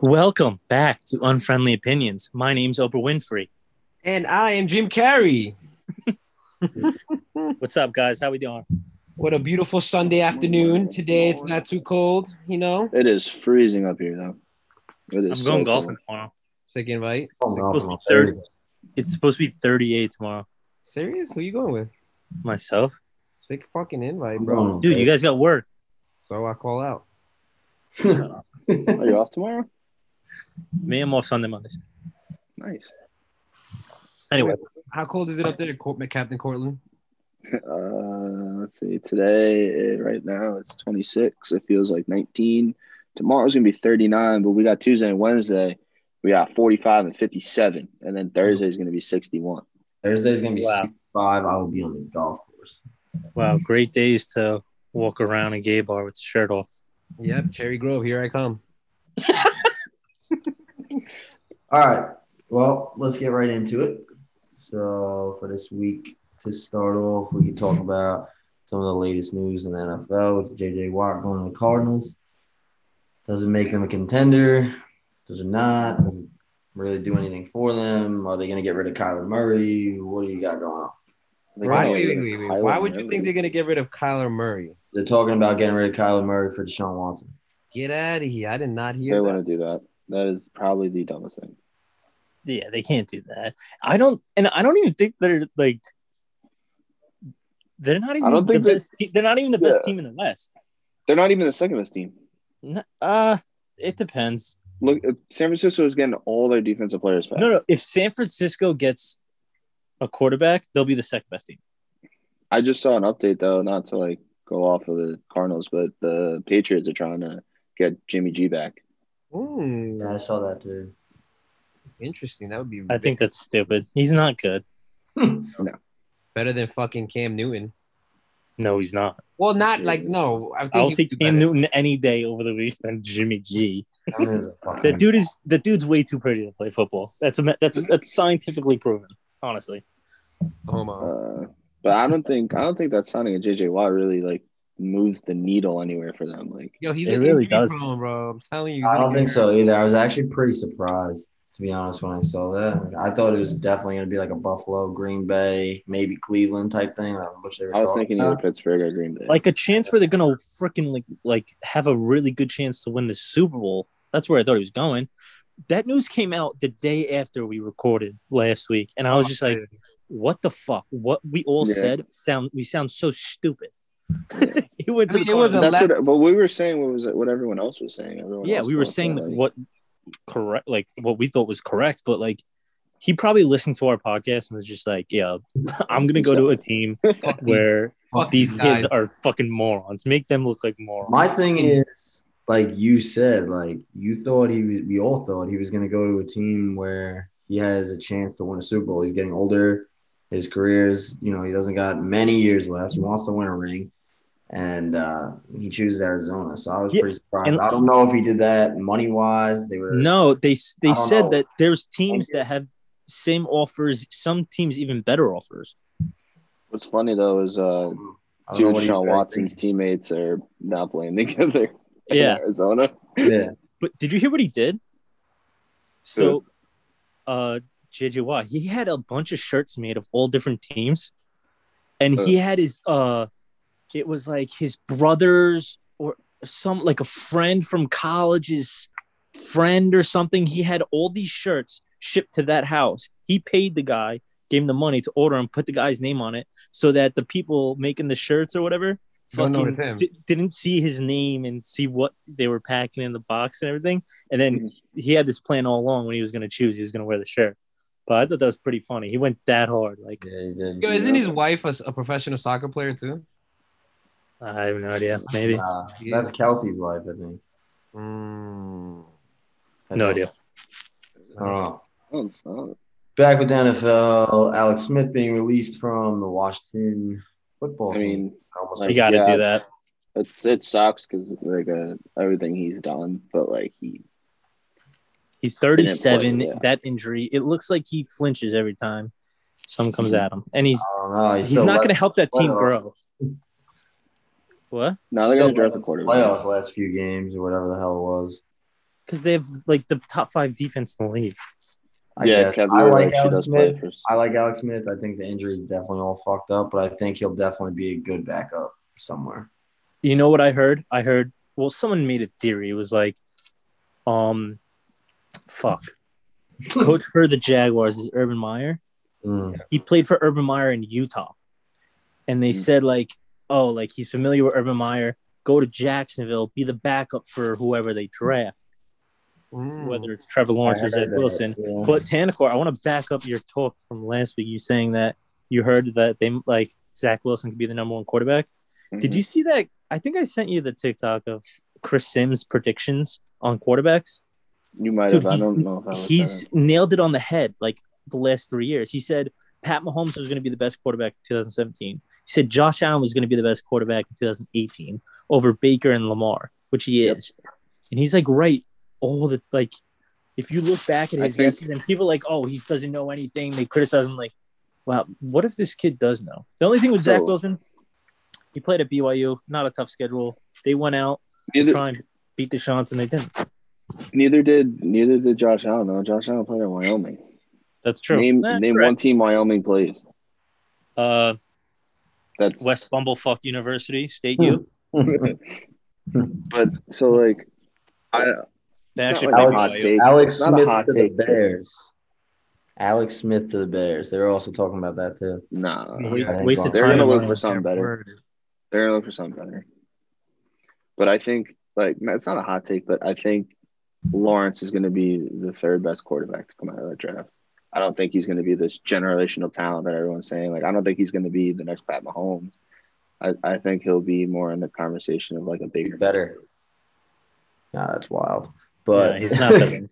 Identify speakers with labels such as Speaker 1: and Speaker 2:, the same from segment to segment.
Speaker 1: Welcome back to Unfriendly Opinions. My name's Oprah Winfrey.
Speaker 2: And I am Jim Carrey.
Speaker 1: What's up, guys? How we doing?
Speaker 2: What a beautiful Sunday afternoon. Today it's not too cold, you know?
Speaker 3: It is freezing up here though. It
Speaker 1: I'm
Speaker 3: is
Speaker 1: going
Speaker 3: so
Speaker 1: golfing
Speaker 3: cold.
Speaker 1: tomorrow.
Speaker 2: Second invite.
Speaker 1: It's supposed to be 30. It's supposed to be 38 tomorrow.
Speaker 2: Serious? Who you going with?
Speaker 1: Myself,
Speaker 2: Sick fucking invite, bro.
Speaker 1: dude. You guys got work.
Speaker 2: So I call out.
Speaker 3: Are you off tomorrow?
Speaker 1: Me, I'm off Sunday, Mondays.
Speaker 3: Nice.
Speaker 1: Anyway,
Speaker 2: How cold is it up there, Cor- Captain Cortland?
Speaker 3: Uh, let's see. Today, eh, right now, it's 26. It feels like 19. Tomorrow's gonna be 39, but we got Tuesday and Wednesday. We got 45 and 57, and then Thursday's gonna be 61.
Speaker 4: Thursday's gonna be
Speaker 1: Wow.
Speaker 4: 65. I will be on the golf course.
Speaker 1: wow, great days to walk around a gay bar with the shirt off.
Speaker 2: Yep, Cherry Grove, here I come.
Speaker 4: All right. Well, let's get right into it. So for this week, to start off, we can talk about some of the latest news in the NFL with JJ Watt going to the Cardinals. Does it make them a contender? Does it not? Does it really do anything for them? Are they gonna get rid of Kyler Murray? What do you got going on?
Speaker 3: They
Speaker 2: Why,
Speaker 3: got
Speaker 2: wait,
Speaker 3: rid
Speaker 2: wait,
Speaker 3: of
Speaker 2: wait, wait.
Speaker 3: oh, Kyler
Speaker 2: Why would you
Speaker 3: Murray.
Speaker 2: think they're going to get rid of Kyler Murray?
Speaker 4: They're talking about getting rid of Kyler Murray for Deshaun Watson.
Speaker 2: Get out of here. I did not
Speaker 3: they
Speaker 2: hear that.
Speaker 3: want to do that? That is probably the dumbest thing.
Speaker 1: Yeah, they can't do that. I don't, and I don't even think they're like. They're not even
Speaker 3: don't
Speaker 1: the
Speaker 3: think they-
Speaker 1: best. Te- they're not even the best
Speaker 3: Yeah.
Speaker 1: team in the West.
Speaker 3: They're not even the second best team.
Speaker 1: N- Uh, it depends.
Speaker 3: Look, uh, San Francisco is getting all their defensive players back.
Speaker 1: No, no. If San Francisco gets a quarterback, they'll be the second best team.
Speaker 3: I just saw an update though, not to like go off of the Cardinals, but the Patriots are trying to get Jimmy G back.
Speaker 2: Hmm,
Speaker 4: Yeah, I saw that too.
Speaker 2: interesting. That would be
Speaker 1: I think that's stupid. He's not good.
Speaker 2: better than fucking Cam Newton.
Speaker 1: No, he's not.
Speaker 2: Well, not
Speaker 3: Yeah.
Speaker 2: like, no. I think
Speaker 1: I'll
Speaker 2: you
Speaker 1: take
Speaker 2: could do
Speaker 1: Cam
Speaker 2: better.
Speaker 1: Newton any day over the week than Jimmy G.
Speaker 4: I'm gonna-
Speaker 1: The dude is the dude's way too pretty to play football. That's a, that's that's scientifically proven. Honestly,
Speaker 4: Oh.
Speaker 2: Homo.
Speaker 3: Uh, but I don't think I don't think that signing of JJ Watt really like moves the needle anywhere for them. Like
Speaker 2: Yo, he's
Speaker 1: It
Speaker 2: an
Speaker 1: really
Speaker 2: injury
Speaker 1: does.
Speaker 2: prone, bro. I'm telling you. he's
Speaker 4: I don't
Speaker 2: an
Speaker 4: think so either. I was actually pretty surprised, to be honest, when I saw that. I thought it was definitely going to be like a Buffalo, Green Bay, maybe Cleveland type thing. I wish they were
Speaker 3: I was
Speaker 4: talking
Speaker 3: thinking either
Speaker 4: about.
Speaker 3: Pittsburgh or Green Bay.
Speaker 1: like a chance where they're gonna freaking like like have a really good chance to win the Super Bowl. That's where I thought he was going. That news came out the day after we recorded last week, and I was just like, "What the fuck? What we all
Speaker 3: Yeah.
Speaker 1: said sound we sound so stupid." he went to
Speaker 2: I mean,
Speaker 1: the
Speaker 2: it was a
Speaker 1: Cardinals.
Speaker 3: that's what. But we were saying what was it, what everyone else was saying. Everyone
Speaker 1: yeah
Speaker 3: else
Speaker 1: we were
Speaker 3: thought
Speaker 1: saying
Speaker 3: that,
Speaker 1: that
Speaker 3: like,
Speaker 1: what correct like what we thought was correct but like he probably listened to our podcast and was just like yeah i'm gonna go to a team
Speaker 2: Fuck these-
Speaker 1: where
Speaker 2: fuck
Speaker 1: these
Speaker 2: guys.
Speaker 1: kids are fucking morons make them look like morons
Speaker 4: My thing is, like you said, like you thought he was, we all thought he was going to go to a team where he has a chance to win a Super Bowl. He's getting older. His career's, you know, he doesn't got many years left. He wants to win a ring. And uh, he chooses Arizona. So I was
Speaker 1: Yeah,
Speaker 4: pretty surprised.
Speaker 1: and-
Speaker 4: I don't know if he did that money wise. They were
Speaker 1: no they
Speaker 4: I
Speaker 1: they
Speaker 4: don't
Speaker 1: said
Speaker 4: know.
Speaker 1: that there's teams that have same offers some teams even better offers
Speaker 3: what's funny though is uh,
Speaker 4: I don't
Speaker 3: two
Speaker 4: know
Speaker 3: of
Speaker 4: what he-
Speaker 3: Sean Watson's teammates are not playing together. in
Speaker 1: yeah
Speaker 3: Arizona.
Speaker 4: Yeah.
Speaker 1: but did you hear what he did so uh jj watt he had a bunch of shirts made of all different teams and he had his uh it was like his brothers or some like a friend from college's friend or something he had all these shirts shipped to that house he paid the guy gave him the money to order and put the guy's name on it so that the people making the shirts or whatever
Speaker 2: Don't know
Speaker 1: fucking
Speaker 2: it's him.
Speaker 1: di- didn't see his name and see what they were packing in the box and everything and
Speaker 2: Hmm.
Speaker 1: then
Speaker 3: Mhm.
Speaker 1: he had this plan all along when he was going to choose he was going to wear the shirt but i thought that was pretty funny he went that hard like
Speaker 4: Yeah, he did.
Speaker 2: Yo, isn't his wife a, s- a professional soccer player too?
Speaker 1: i have no idea maybe
Speaker 4: Nah, that's Kelsey's wife, I think.
Speaker 2: Mm.
Speaker 4: That's
Speaker 1: no idea
Speaker 4: I don't know.
Speaker 3: Oh, it's not.
Speaker 4: Back with the NFL, Alex Smith being released from the Washington football
Speaker 3: I
Speaker 4: team.
Speaker 3: mean,
Speaker 4: I almost
Speaker 3: like-
Speaker 1: you
Speaker 4: said-
Speaker 1: gotta
Speaker 3: yeah.
Speaker 1: do that
Speaker 3: it's it sucks because like uh, everything he's done, but like he
Speaker 1: He's
Speaker 3: play,
Speaker 1: 37.
Speaker 3: yeah.
Speaker 1: That injury, it looks like he flinches every time
Speaker 3: Hmm.
Speaker 1: some comes at him, and he's
Speaker 4: I don't know.
Speaker 1: he's not going to help that team
Speaker 4: well.
Speaker 1: grow. What?
Speaker 3: No, they're gonna draft a quarterback.
Speaker 4: Playoffs last few games or whatever the hell it was.
Speaker 1: Because they have like the top five defense in the league.
Speaker 4: I
Speaker 3: yeah,
Speaker 4: guess.
Speaker 3: Kevin
Speaker 4: I like
Speaker 3: she
Speaker 4: Alex
Speaker 3: does play
Speaker 4: Smith.
Speaker 3: for.
Speaker 4: I like Alex Smith. I think the injury is definitely all fucked up, but I think he'll definitely be a good backup somewhere.
Speaker 1: You know what I heard? I heard well, someone made a theory. It was like, um, fuck. Coach for the Jaguars is Urban Meyer.
Speaker 4: Mm.
Speaker 1: He played for Urban Meyer in Utah, and they
Speaker 3: Hmm.
Speaker 1: said like, oh, like he's familiar with Urban Meyer. Go to Jacksonville, be the backup for whoever they draft, whether it's Trevor Lawrence or
Speaker 4: Hmm. I
Speaker 1: Zach
Speaker 4: heard that,
Speaker 1: Wilson.
Speaker 4: yeah.
Speaker 1: But Tanacor, I want to back up your talk from last week. You saying that you heard that they like Zach Wilson could be the number one quarterback.
Speaker 3: Mm-hmm.
Speaker 1: Did you see that? I think I sent you the TikTok of Chris Sims' predictions on quarterbacks.
Speaker 3: mm-hmm. You might
Speaker 1: Dude,
Speaker 3: have. I
Speaker 1: he's-
Speaker 3: don't know. If I was
Speaker 1: He's nailed it on the head like the last three years. He said Pat Mahomes was going to be the best quarterback in 2017. He said Josh Allen was going to be the best quarterback in 2018 over Baker and Lamar, which he
Speaker 3: Yep.
Speaker 1: is. And he's like right all the like. If you look back at
Speaker 3: I
Speaker 1: his
Speaker 3: think-
Speaker 1: guesses and people are like, oh, he doesn't know anything. They criticize him like, wow, what if this kid does know? The only thing with Zach
Speaker 3: So-
Speaker 1: Wilson, he played at BYU, not a tough schedule. They went out to
Speaker 3: neither,
Speaker 1: try and beat the Shants and they didn't.
Speaker 3: neither did neither did Josh Allen. though. Josh Allen played at Wyoming.
Speaker 1: That's true.
Speaker 3: Name
Speaker 1: Eh,
Speaker 3: name
Speaker 1: correct.
Speaker 3: one team Wyoming plays.
Speaker 1: Uh,
Speaker 3: That's
Speaker 1: West Bumblefuck University, State
Speaker 4: Hmm.
Speaker 1: U.
Speaker 3: but so like I
Speaker 1: They
Speaker 3: It's
Speaker 1: actually play
Speaker 3: not like
Speaker 4: Alex,
Speaker 1: BYU.
Speaker 3: hot take.
Speaker 4: Alex
Speaker 3: Not a
Speaker 4: Smith
Speaker 3: hot
Speaker 4: to
Speaker 3: take,
Speaker 4: the
Speaker 3: but-
Speaker 4: Bears. Alex Smith to the Bears. They were also talking about that too.
Speaker 3: nah.
Speaker 1: Waste,
Speaker 4: Yeah.
Speaker 1: waste of
Speaker 3: They're
Speaker 1: time.
Speaker 3: gonna look
Speaker 1: on
Speaker 3: for
Speaker 1: it.
Speaker 3: something better. They're gonna look for something better. But I think like no, it's not a hot take, but I think Lawrence is gonna be the third best quarterback to come out of that draft. I don't think he's gonna be this generational talent that everyone's saying. Like I don't think he's gonna be the next Pat Mahomes. I, I think he'll be more in the conversation of like a
Speaker 4: Be
Speaker 3: bigger
Speaker 4: better. Nah, that's wild.
Speaker 1: Yeah,
Speaker 4: But
Speaker 1: he's not better.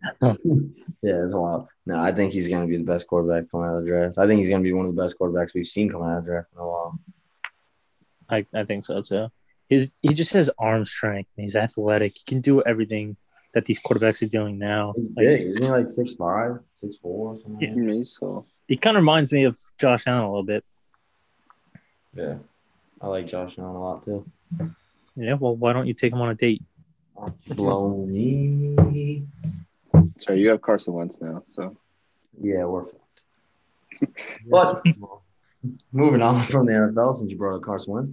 Speaker 4: Yeah, that's wild. No, I think he's going to be the best quarterback coming out of the draft. I think he's going to be one of the best quarterbacks we've seen coming out of the draft in a while.
Speaker 1: I, I think so too. His he just has arm strength. And he's athletic. He can do everything that these quarterbacks are doing now.
Speaker 4: He's
Speaker 1: Like,
Speaker 4: big. Isn't he like 6'5", 6'4", something like
Speaker 1: Yeah.
Speaker 4: that?
Speaker 3: Me, so
Speaker 1: He kind of reminds me of Josh Allen a little bit.
Speaker 4: Yeah. I like Josh Allen a lot too.
Speaker 1: Yeah, well, why don't you take him on a date?
Speaker 4: Blow me.
Speaker 3: sorry, you have Carson Wentz now, so
Speaker 4: Yeah, we're fucked. But moving on from the NFL, since you brought up Carson Wentz,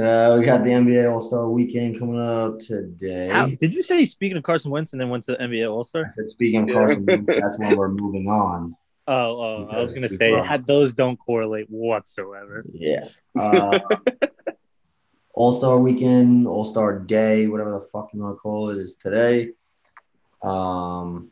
Speaker 4: uh, we got the NBA All Star Weekend coming up today.
Speaker 1: How- did you say speaking of Carson Wentz and then went to NBA All Star?
Speaker 4: But Speaking of Carson Wentz, that's when we're moving on.
Speaker 1: Oh, oh, I was
Speaker 4: Because
Speaker 1: gonna
Speaker 4: we
Speaker 1: say
Speaker 4: brought-
Speaker 1: had those don't correlate whatsoever.
Speaker 4: Yeah. Uh, All Star Weekend, All Star Day, whatever the fuck you want to call it, is today. Um,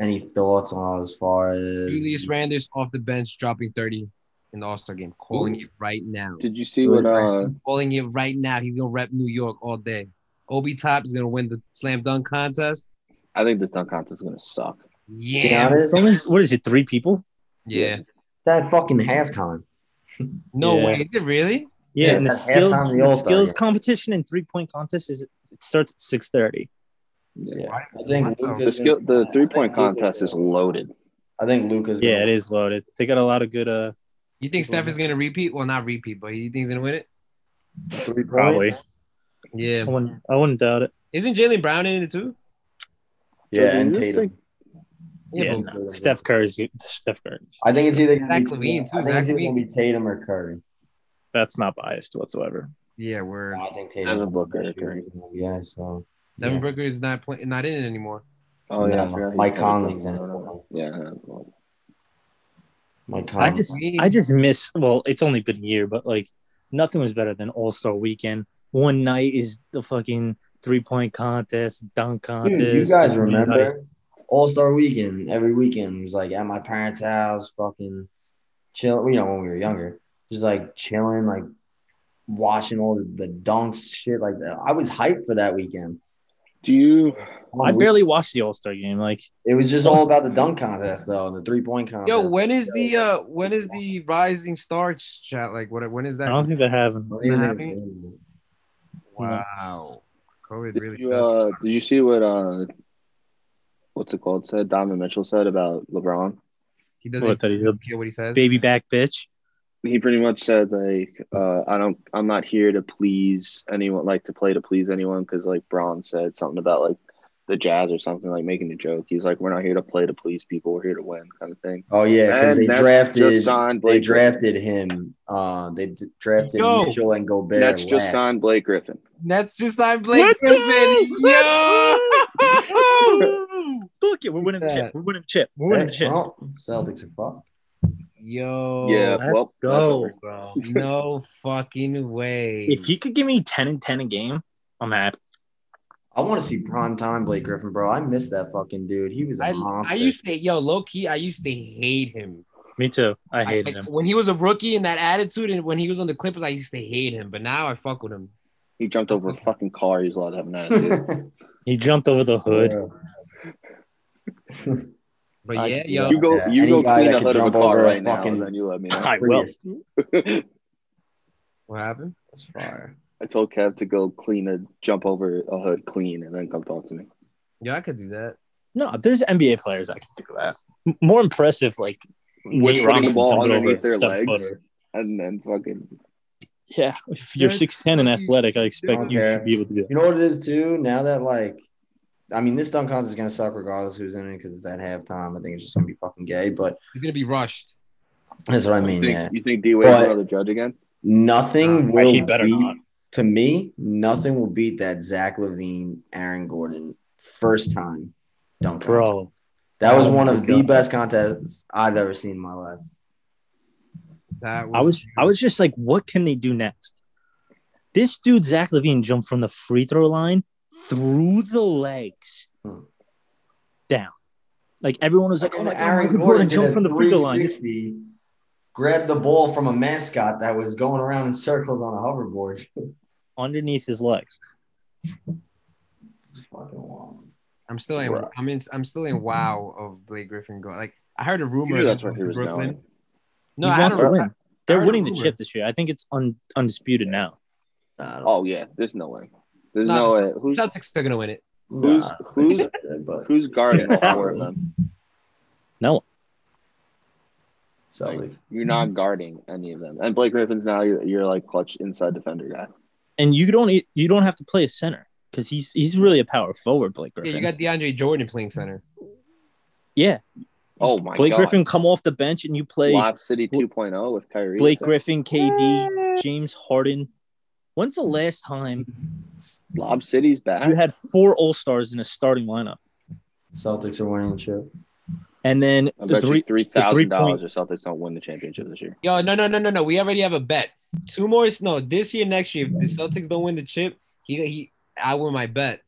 Speaker 4: any thoughts on as far as
Speaker 2: Julius Randers off the bench dropping 30 in the All Star game. Calling it right now.
Speaker 3: did you see what uh
Speaker 2: Calling it right now. He's going to rep New York all day. Obi Top is going to win the slam dunk contest.
Speaker 3: I think this dunk contest is gonna suck.
Speaker 4: To be
Speaker 2: Yeah.
Speaker 1: It's only-
Speaker 4: honest,
Speaker 1: what is it? Three people?
Speaker 2: Yeah.
Speaker 4: that fucking halftime.
Speaker 2: No
Speaker 1: Yeah.
Speaker 2: way. Is it really?
Speaker 1: Yeah,
Speaker 4: Yeah,
Speaker 1: and the
Speaker 4: it's at halftime
Speaker 1: skills
Speaker 4: of the
Speaker 1: the
Speaker 4: All-Star
Speaker 1: skills
Speaker 4: game.
Speaker 1: competition and three point contest is it starts at six thirty.
Speaker 4: Yeah,
Speaker 2: Why-
Speaker 4: I think
Speaker 2: why-
Speaker 4: Luka's
Speaker 3: The skill,
Speaker 4: gonna-
Speaker 3: the three point
Speaker 4: I think Luka's
Speaker 3: contest is
Speaker 4: gonna-
Speaker 3: loaded.
Speaker 4: I think Luca's.
Speaker 1: Yeah, it is loaded. They got a lot of good. Uh,
Speaker 2: You think Steph is going to repeat? Well, not repeat, but you think he's going to win it?
Speaker 4: Three
Speaker 1: probably. I
Speaker 2: Yeah.
Speaker 1: wouldn't. I wouldn't doubt it.
Speaker 2: Isn't Jalen Brown in it too?
Speaker 4: Yeah, and
Speaker 3: Does it
Speaker 4: Tatum.
Speaker 1: Yeah,
Speaker 2: but-
Speaker 1: no. Steph Curry's. Steph Curry's.
Speaker 4: I think it's either gonna
Speaker 2: Zach
Speaker 4: be
Speaker 2: Levine, too.
Speaker 4: I think it's
Speaker 2: Zach
Speaker 4: either gonna be Tatum or Curry.
Speaker 1: That's not biased whatsoever.
Speaker 2: yeah, we're
Speaker 4: I think Tatum.
Speaker 3: Devin Booker, Curry.
Speaker 4: Yeah, so.
Speaker 2: Devin
Speaker 4: yeah.
Speaker 2: Booker is not playing, not in it anymore.
Speaker 3: Oh yeah, I
Speaker 4: No,
Speaker 3: forgot he
Speaker 4: Mike
Speaker 3: played.
Speaker 4: Conley's in it.
Speaker 3: Yeah, well,
Speaker 4: Mike
Speaker 1: I
Speaker 4: Conley.
Speaker 1: just. I just miss. Well, it's only been a year, but like nothing was better than All Star Weekend. One night is the fucking three point contest, dunk contest.
Speaker 4: Dude, you guys
Speaker 1: Just be like,
Speaker 4: remember All Star Weekend? Every weekend it was like at my parents' house, fucking chill. You know, when we were younger, just like chilling, like watching all the, the dunks, shit like that. I was hyped for that weekend.
Speaker 3: do you?
Speaker 1: I barely watched the All Star game. Like
Speaker 4: It was just all about the dunk contest, though, and the three point contest.
Speaker 2: Yo, when is the uh when is the Rising Star chat like? What when is
Speaker 1: I
Speaker 2: that?
Speaker 1: don't think that happened.
Speaker 4: I don't even think
Speaker 2: Miami?
Speaker 4: it's-
Speaker 2: wow, COVID
Speaker 3: Did
Speaker 2: really.
Speaker 3: you,
Speaker 2: does-
Speaker 3: uh, did you see what uh, what's it called? Said Donovan Mitchell said about LeBron.
Speaker 2: he
Speaker 1: What,
Speaker 2: doesn't
Speaker 1: that he's a
Speaker 2: care what he says.
Speaker 1: baby back bitch.
Speaker 3: he pretty much said like uh, I don't I'm not here to please anyone like to play to please anyone because like Braun said something about like the Jazz or something like making a joke. He's like we're not here to play to please people. We're here to win kind of thing.
Speaker 4: Oh yeah, because
Speaker 3: And
Speaker 4: they
Speaker 3: that's
Speaker 4: drafted
Speaker 3: just signed
Speaker 4: they
Speaker 3: Blake. Griffin.
Speaker 4: drafted him. Uh, they d- drafted
Speaker 2: Yo.
Speaker 4: Mitchell and Gobert.
Speaker 3: That's just
Speaker 4: last.
Speaker 3: signed Blake Griffin.
Speaker 2: Nets just signed Blake
Speaker 1: Let's
Speaker 2: Griffin.
Speaker 1: go! Let's
Speaker 2: Yo!
Speaker 1: Look, yeah, we're winning the
Speaker 2: Yeah.
Speaker 1: chip. We're winning the chip. We're winning the
Speaker 4: Hey,
Speaker 1: chip.
Speaker 4: well, Celtics are fucked.
Speaker 2: Yo.
Speaker 3: yeah,
Speaker 1: let's
Speaker 3: well, that's
Speaker 1: go.
Speaker 3: over.
Speaker 2: bro. No fucking way.
Speaker 1: If he could give me 10 and 10 a game, I'm happy.
Speaker 4: I want to see prime time Blake Griffin, bro. I miss that fucking dude. He was a
Speaker 2: I, I
Speaker 4: monster.
Speaker 2: used to yo low key. I used to hate him.
Speaker 1: Me too. I
Speaker 2: I-
Speaker 1: hated
Speaker 2: I-
Speaker 1: him.
Speaker 2: when he was a rookie and that attitude, and when he was on the Clippers, I used to hate him. But now I fuck with him.
Speaker 3: He jumped over a fucking car. He's allowed to have an attitude.
Speaker 1: He jumped over the hood.
Speaker 2: But
Speaker 4: I-
Speaker 2: yeah, yo,
Speaker 3: you go,
Speaker 4: Yeah,
Speaker 3: you
Speaker 4: any
Speaker 3: go
Speaker 4: guy
Speaker 3: clean
Speaker 4: that
Speaker 3: the
Speaker 4: can
Speaker 3: hood of a
Speaker 4: jump
Speaker 3: car
Speaker 4: over a
Speaker 3: right now,
Speaker 4: fucking-
Speaker 3: and then you let me know.
Speaker 1: I will.
Speaker 2: what happened?
Speaker 4: That's fire.
Speaker 3: I told Kev to go clean a jump over a hood clean, and then come talk to me.
Speaker 2: Yeah, I could do that.
Speaker 1: No, there's NBA players that can do that. M- More impressive, like Nate
Speaker 3: putting
Speaker 1: Robinson
Speaker 3: the ball
Speaker 1: jumped over
Speaker 3: underneath
Speaker 1: a
Speaker 3: their
Speaker 1: seven
Speaker 3: legs.
Speaker 1: footer.
Speaker 3: And then fucking
Speaker 1: Yeah, if you're
Speaker 2: That's
Speaker 1: six ten and
Speaker 2: fucking-
Speaker 1: athletic, I expect you
Speaker 4: Okay.
Speaker 1: should be able to do
Speaker 4: You know what it is too? Now that like, I mean, this dunk contest is gonna suck regardless who's in it because it's at halftime. I think it's just gonna be fucking gay. But
Speaker 2: You're gonna be rushed.
Speaker 4: that's what I
Speaker 3: you
Speaker 4: mean.
Speaker 3: think,
Speaker 4: yeah.
Speaker 3: you think D Wade's
Speaker 4: But-
Speaker 3: another judge again?
Speaker 4: Nothing
Speaker 1: that.
Speaker 4: will
Speaker 1: He better
Speaker 4: beat-
Speaker 1: not.
Speaker 4: to me. Nothing will beat that Zach Levine, Aaron Gordon first time dunk. contest.
Speaker 1: Bro,
Speaker 4: that was
Speaker 1: Oh
Speaker 4: one
Speaker 1: my
Speaker 4: of the
Speaker 1: God.
Speaker 4: best contests I've ever seen in my life.
Speaker 2: That
Speaker 1: I was I was just like, what can they do next? This dude Zach Levine jumped from the free throw line through the legs
Speaker 4: Hmm.
Speaker 1: down. Like everyone was like, "Oh
Speaker 4: And
Speaker 1: my god, Michael Jordan
Speaker 4: did
Speaker 1: jumped
Speaker 4: a
Speaker 1: from the free throw line."
Speaker 4: 360, Grabbed the ball from a mascot that was going around in circles on a hoverboard.
Speaker 1: underneath his legs.
Speaker 4: It's fucking wild.
Speaker 2: I'm still in.
Speaker 3: Bruh.
Speaker 2: I'm in. I'm still in. Wow, of Blake Griffin going. Like I heard a
Speaker 3: You
Speaker 2: rumor.
Speaker 3: knew
Speaker 2: that
Speaker 3: that's
Speaker 2: he
Speaker 3: where
Speaker 2: went
Speaker 3: he
Speaker 2: to
Speaker 3: was
Speaker 2: Brooklyn.
Speaker 3: going.
Speaker 2: No,
Speaker 1: he
Speaker 2: I
Speaker 1: wants
Speaker 2: don't.
Speaker 1: to win. They're
Speaker 2: heard a
Speaker 1: winning the
Speaker 2: rumor.
Speaker 1: chip this year. I think it's un, undisputed now.
Speaker 4: I don't-
Speaker 3: Oh yeah, there's no way. There's
Speaker 2: Nah,
Speaker 3: no
Speaker 2: the
Speaker 3: way. Who's
Speaker 2: Celtics are gonna win it.
Speaker 3: who's-
Speaker 4: Nah, I
Speaker 3: who's-
Speaker 4: think so, but
Speaker 3: who's guarding all four of them?
Speaker 4: Celtics.
Speaker 3: You're not guarding any of them. And Blake Griffin's now your, your like clutch inside defender guy.
Speaker 1: And you don't e- you don't have to play a center because he's he's really a power forward, Blake
Speaker 2: Yeah,
Speaker 1: Griffin.
Speaker 2: you got DeAndre Jordan playing center.
Speaker 1: Yeah,
Speaker 3: Oh my
Speaker 1: Blake
Speaker 3: god.
Speaker 1: Griffin come off the bench and you play
Speaker 3: Lop City 2.0 with Kyrie.
Speaker 1: Blake Griffin, KD, James Harden. When's the last time
Speaker 3: Lob City's back.
Speaker 1: you had four All Stars in a starting lineup,
Speaker 4: Celtics are winning the chip.
Speaker 1: and then
Speaker 3: I
Speaker 1: the
Speaker 3: bet
Speaker 1: three,
Speaker 3: you three thousand
Speaker 1: point-
Speaker 3: dollars or something don't win the championship this year.
Speaker 2: Yo, no, no, no, no, no. We already have a bet. Two more. No, this year, next year. If the Celtics don't win the chip, he he. I win my bet.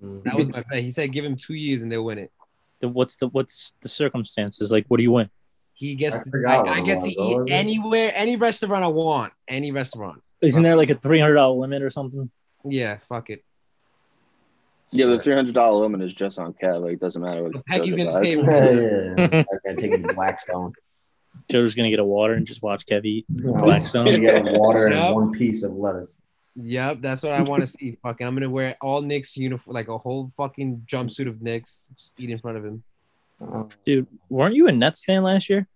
Speaker 2: That was my bet. He said give him two years and they'll win it.
Speaker 1: the, what's the what's the circumstances like? What do you win?
Speaker 2: He gets.
Speaker 4: I
Speaker 2: I,
Speaker 4: forgot what
Speaker 2: I
Speaker 4: it
Speaker 2: get to
Speaker 4: was. What was
Speaker 2: eat
Speaker 4: it?
Speaker 2: anywhere, any restaurant I want, any restaurant.
Speaker 1: Isn't there like a three hundred dollar limit or something?
Speaker 2: Yeah, fuck it.
Speaker 3: Yeah, the three hundred dollar limit is just on Kev. Like, it doesn't matter what.
Speaker 2: Pecky's
Speaker 3: Joe
Speaker 2: gonna
Speaker 3: does.
Speaker 2: pay.
Speaker 4: Yeah, yeah. I take a Blackstone.
Speaker 1: Joe's gonna get a water and just watch Kev eat
Speaker 4: I'm
Speaker 1: Blackstone.
Speaker 4: gonna get water
Speaker 2: Yep.
Speaker 4: and one piece of lettuce.
Speaker 2: Yep, that's what I want to see. Fucking, I'm gonna wear all Knicks uniform, like a whole fucking jumpsuit of Knicks. Just eat in front of him.
Speaker 4: Uh,
Speaker 1: Oh, Dude, weren't you a Nets fan last year?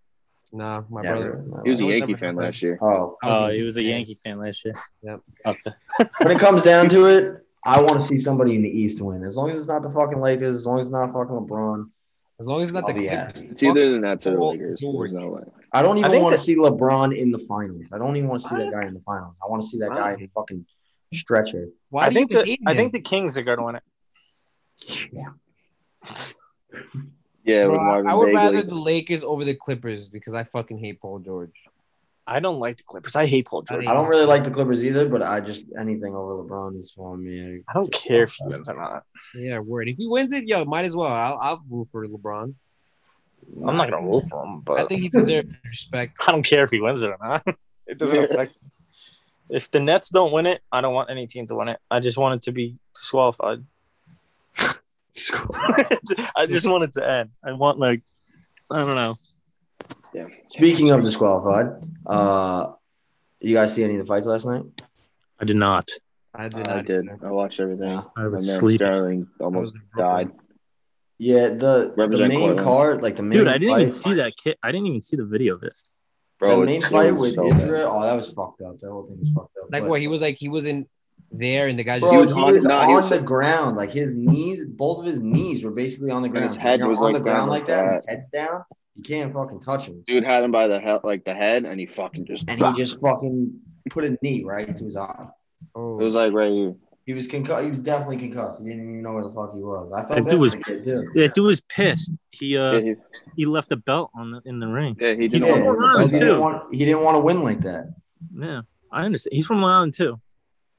Speaker 2: Nah, my
Speaker 4: yeah,
Speaker 2: brother.
Speaker 4: really,
Speaker 3: He was a
Speaker 4: really.
Speaker 3: Yankee fan last year.
Speaker 4: Oh,
Speaker 2: I was
Speaker 1: Oh,
Speaker 2: a
Speaker 1: he was a
Speaker 2: fan.
Speaker 1: Yankee fan last year.
Speaker 2: Yep.
Speaker 1: Okay.
Speaker 4: when it comes down to it, I want to see somebody in the East win. As long as it's not the fucking Lakers, as long as it's not fucking LeBron.
Speaker 2: As long as it's not
Speaker 4: I'll
Speaker 2: the
Speaker 4: be happy.
Speaker 2: Clippers.
Speaker 3: It's either the Nets or the
Speaker 2: Paul
Speaker 3: Lakers.
Speaker 2: George.
Speaker 3: There's no way.
Speaker 4: I don't
Speaker 1: I
Speaker 4: even
Speaker 1: think
Speaker 4: want to
Speaker 1: that-
Speaker 4: see LeBron in the finals. I don't even want to see that guy in the finals. I want to see that guy in the fucking stretcher.
Speaker 2: Why do you hate him?
Speaker 1: the Kings are gonna win it.
Speaker 3: Yeah, with
Speaker 2: Bro,
Speaker 3: Marvin
Speaker 2: I would
Speaker 3: Bagley.
Speaker 2: rather the Lakers over the Clippers because I fucking hate Paul George.
Speaker 1: I don't like the Clippers. I hate Paul
Speaker 2: George.
Speaker 4: I don't really like the Clippers either, but I just anything over LeBron is for me.
Speaker 1: I don't care if he wins or not.
Speaker 2: Yeah, word. If he wins it, yo, might as well. I'll, I'll root for LeBron.
Speaker 1: I'm not gonna root for him, but
Speaker 2: I think he deserves respect.
Speaker 1: I don't care if he wins it or not. It doesn't
Speaker 3: Yeah.
Speaker 1: affect. If the Nets don't win it, I don't want any team to win it. I just want it to be disqualified. I just want it to end. I want like, I don't know.
Speaker 3: Yeah.
Speaker 4: Speaking of disqualified, uh, you guys see any of the fights last night?
Speaker 1: I did not.
Speaker 2: I did
Speaker 3: I
Speaker 2: not.
Speaker 3: did. I watched everything.
Speaker 1: I
Speaker 3: My man
Speaker 1: was sleeping,
Speaker 3: Sterling
Speaker 2: I was
Speaker 3: almost
Speaker 2: in Brooklyn.
Speaker 3: died.
Speaker 4: Yeah, the the
Speaker 3: Represent
Speaker 4: main
Speaker 3: Portland.
Speaker 4: card, like the main
Speaker 1: dude. I didn't even
Speaker 4: fight-
Speaker 1: see that kid. I didn't even see the video of it.
Speaker 3: Bro,
Speaker 4: the
Speaker 3: it's
Speaker 4: main play
Speaker 3: doing
Speaker 4: with
Speaker 3: so bad.
Speaker 4: Israel, oh, that was fucked up. That whole thing was fucked up.
Speaker 2: Like
Speaker 4: But-
Speaker 2: what? He was like he was in there, and the guy just
Speaker 4: Bro,
Speaker 3: He was on- nah, he was-
Speaker 4: the ground. Like his knees, both of his knees were basically on the
Speaker 3: And
Speaker 4: ground.
Speaker 3: his
Speaker 4: So
Speaker 3: head
Speaker 4: you're
Speaker 3: was,
Speaker 4: on
Speaker 3: like,
Speaker 4: the ground
Speaker 3: down
Speaker 4: like
Speaker 3: like
Speaker 4: that. His
Speaker 3: that.
Speaker 4: head's down. You can't fucking touch him.
Speaker 3: Dude had him by the head, like the head, and he fucking just.
Speaker 4: And he just fucking put a knee right to his eye.
Speaker 2: oh.
Speaker 3: It was like right here.
Speaker 4: He was concussed. He was definitely concussed. He didn't even know where the fuck he was. I
Speaker 1: That
Speaker 4: felt
Speaker 1: dude
Speaker 4: bad
Speaker 1: was-
Speaker 4: for the kid, too.
Speaker 1: That dude was pissed. He
Speaker 3: Yeah,
Speaker 1: uh
Speaker 3: he,
Speaker 1: he left a belt on the in the ring.
Speaker 3: yeah, he
Speaker 4: He
Speaker 3: didn't
Speaker 1: He's
Speaker 4: did.
Speaker 1: from Long
Speaker 3: want
Speaker 4: He
Speaker 1: Island
Speaker 3: to.
Speaker 4: didn't
Speaker 1: too.
Speaker 4: want- He didn't want to win like that.
Speaker 1: Yeah, I understand. He's from Long Island too.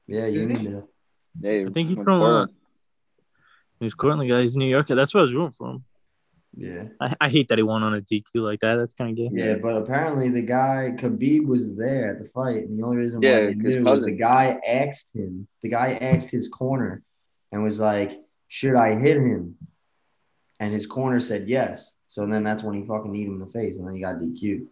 Speaker 4: Yeah, you knew.
Speaker 3: Yeah,
Speaker 1: I think he's from Long. Island. He's currently guy. He's a New Yorker. That's what I was rooting for him.
Speaker 4: Yeah.
Speaker 1: I, I hate that he won on a DQ like that. That's kind of gay.
Speaker 4: Yeah, but apparently the guy Khabib was there at the fight, and the only reason why
Speaker 3: Yeah,
Speaker 4: they
Speaker 3: his
Speaker 4: knew was
Speaker 3: cousin.
Speaker 4: the guy asked him. The guy asked his corner, and was like, "Should I hit him?" And his corner said yes. So then that's when he fucking kneed him in the face, and then he got DQ.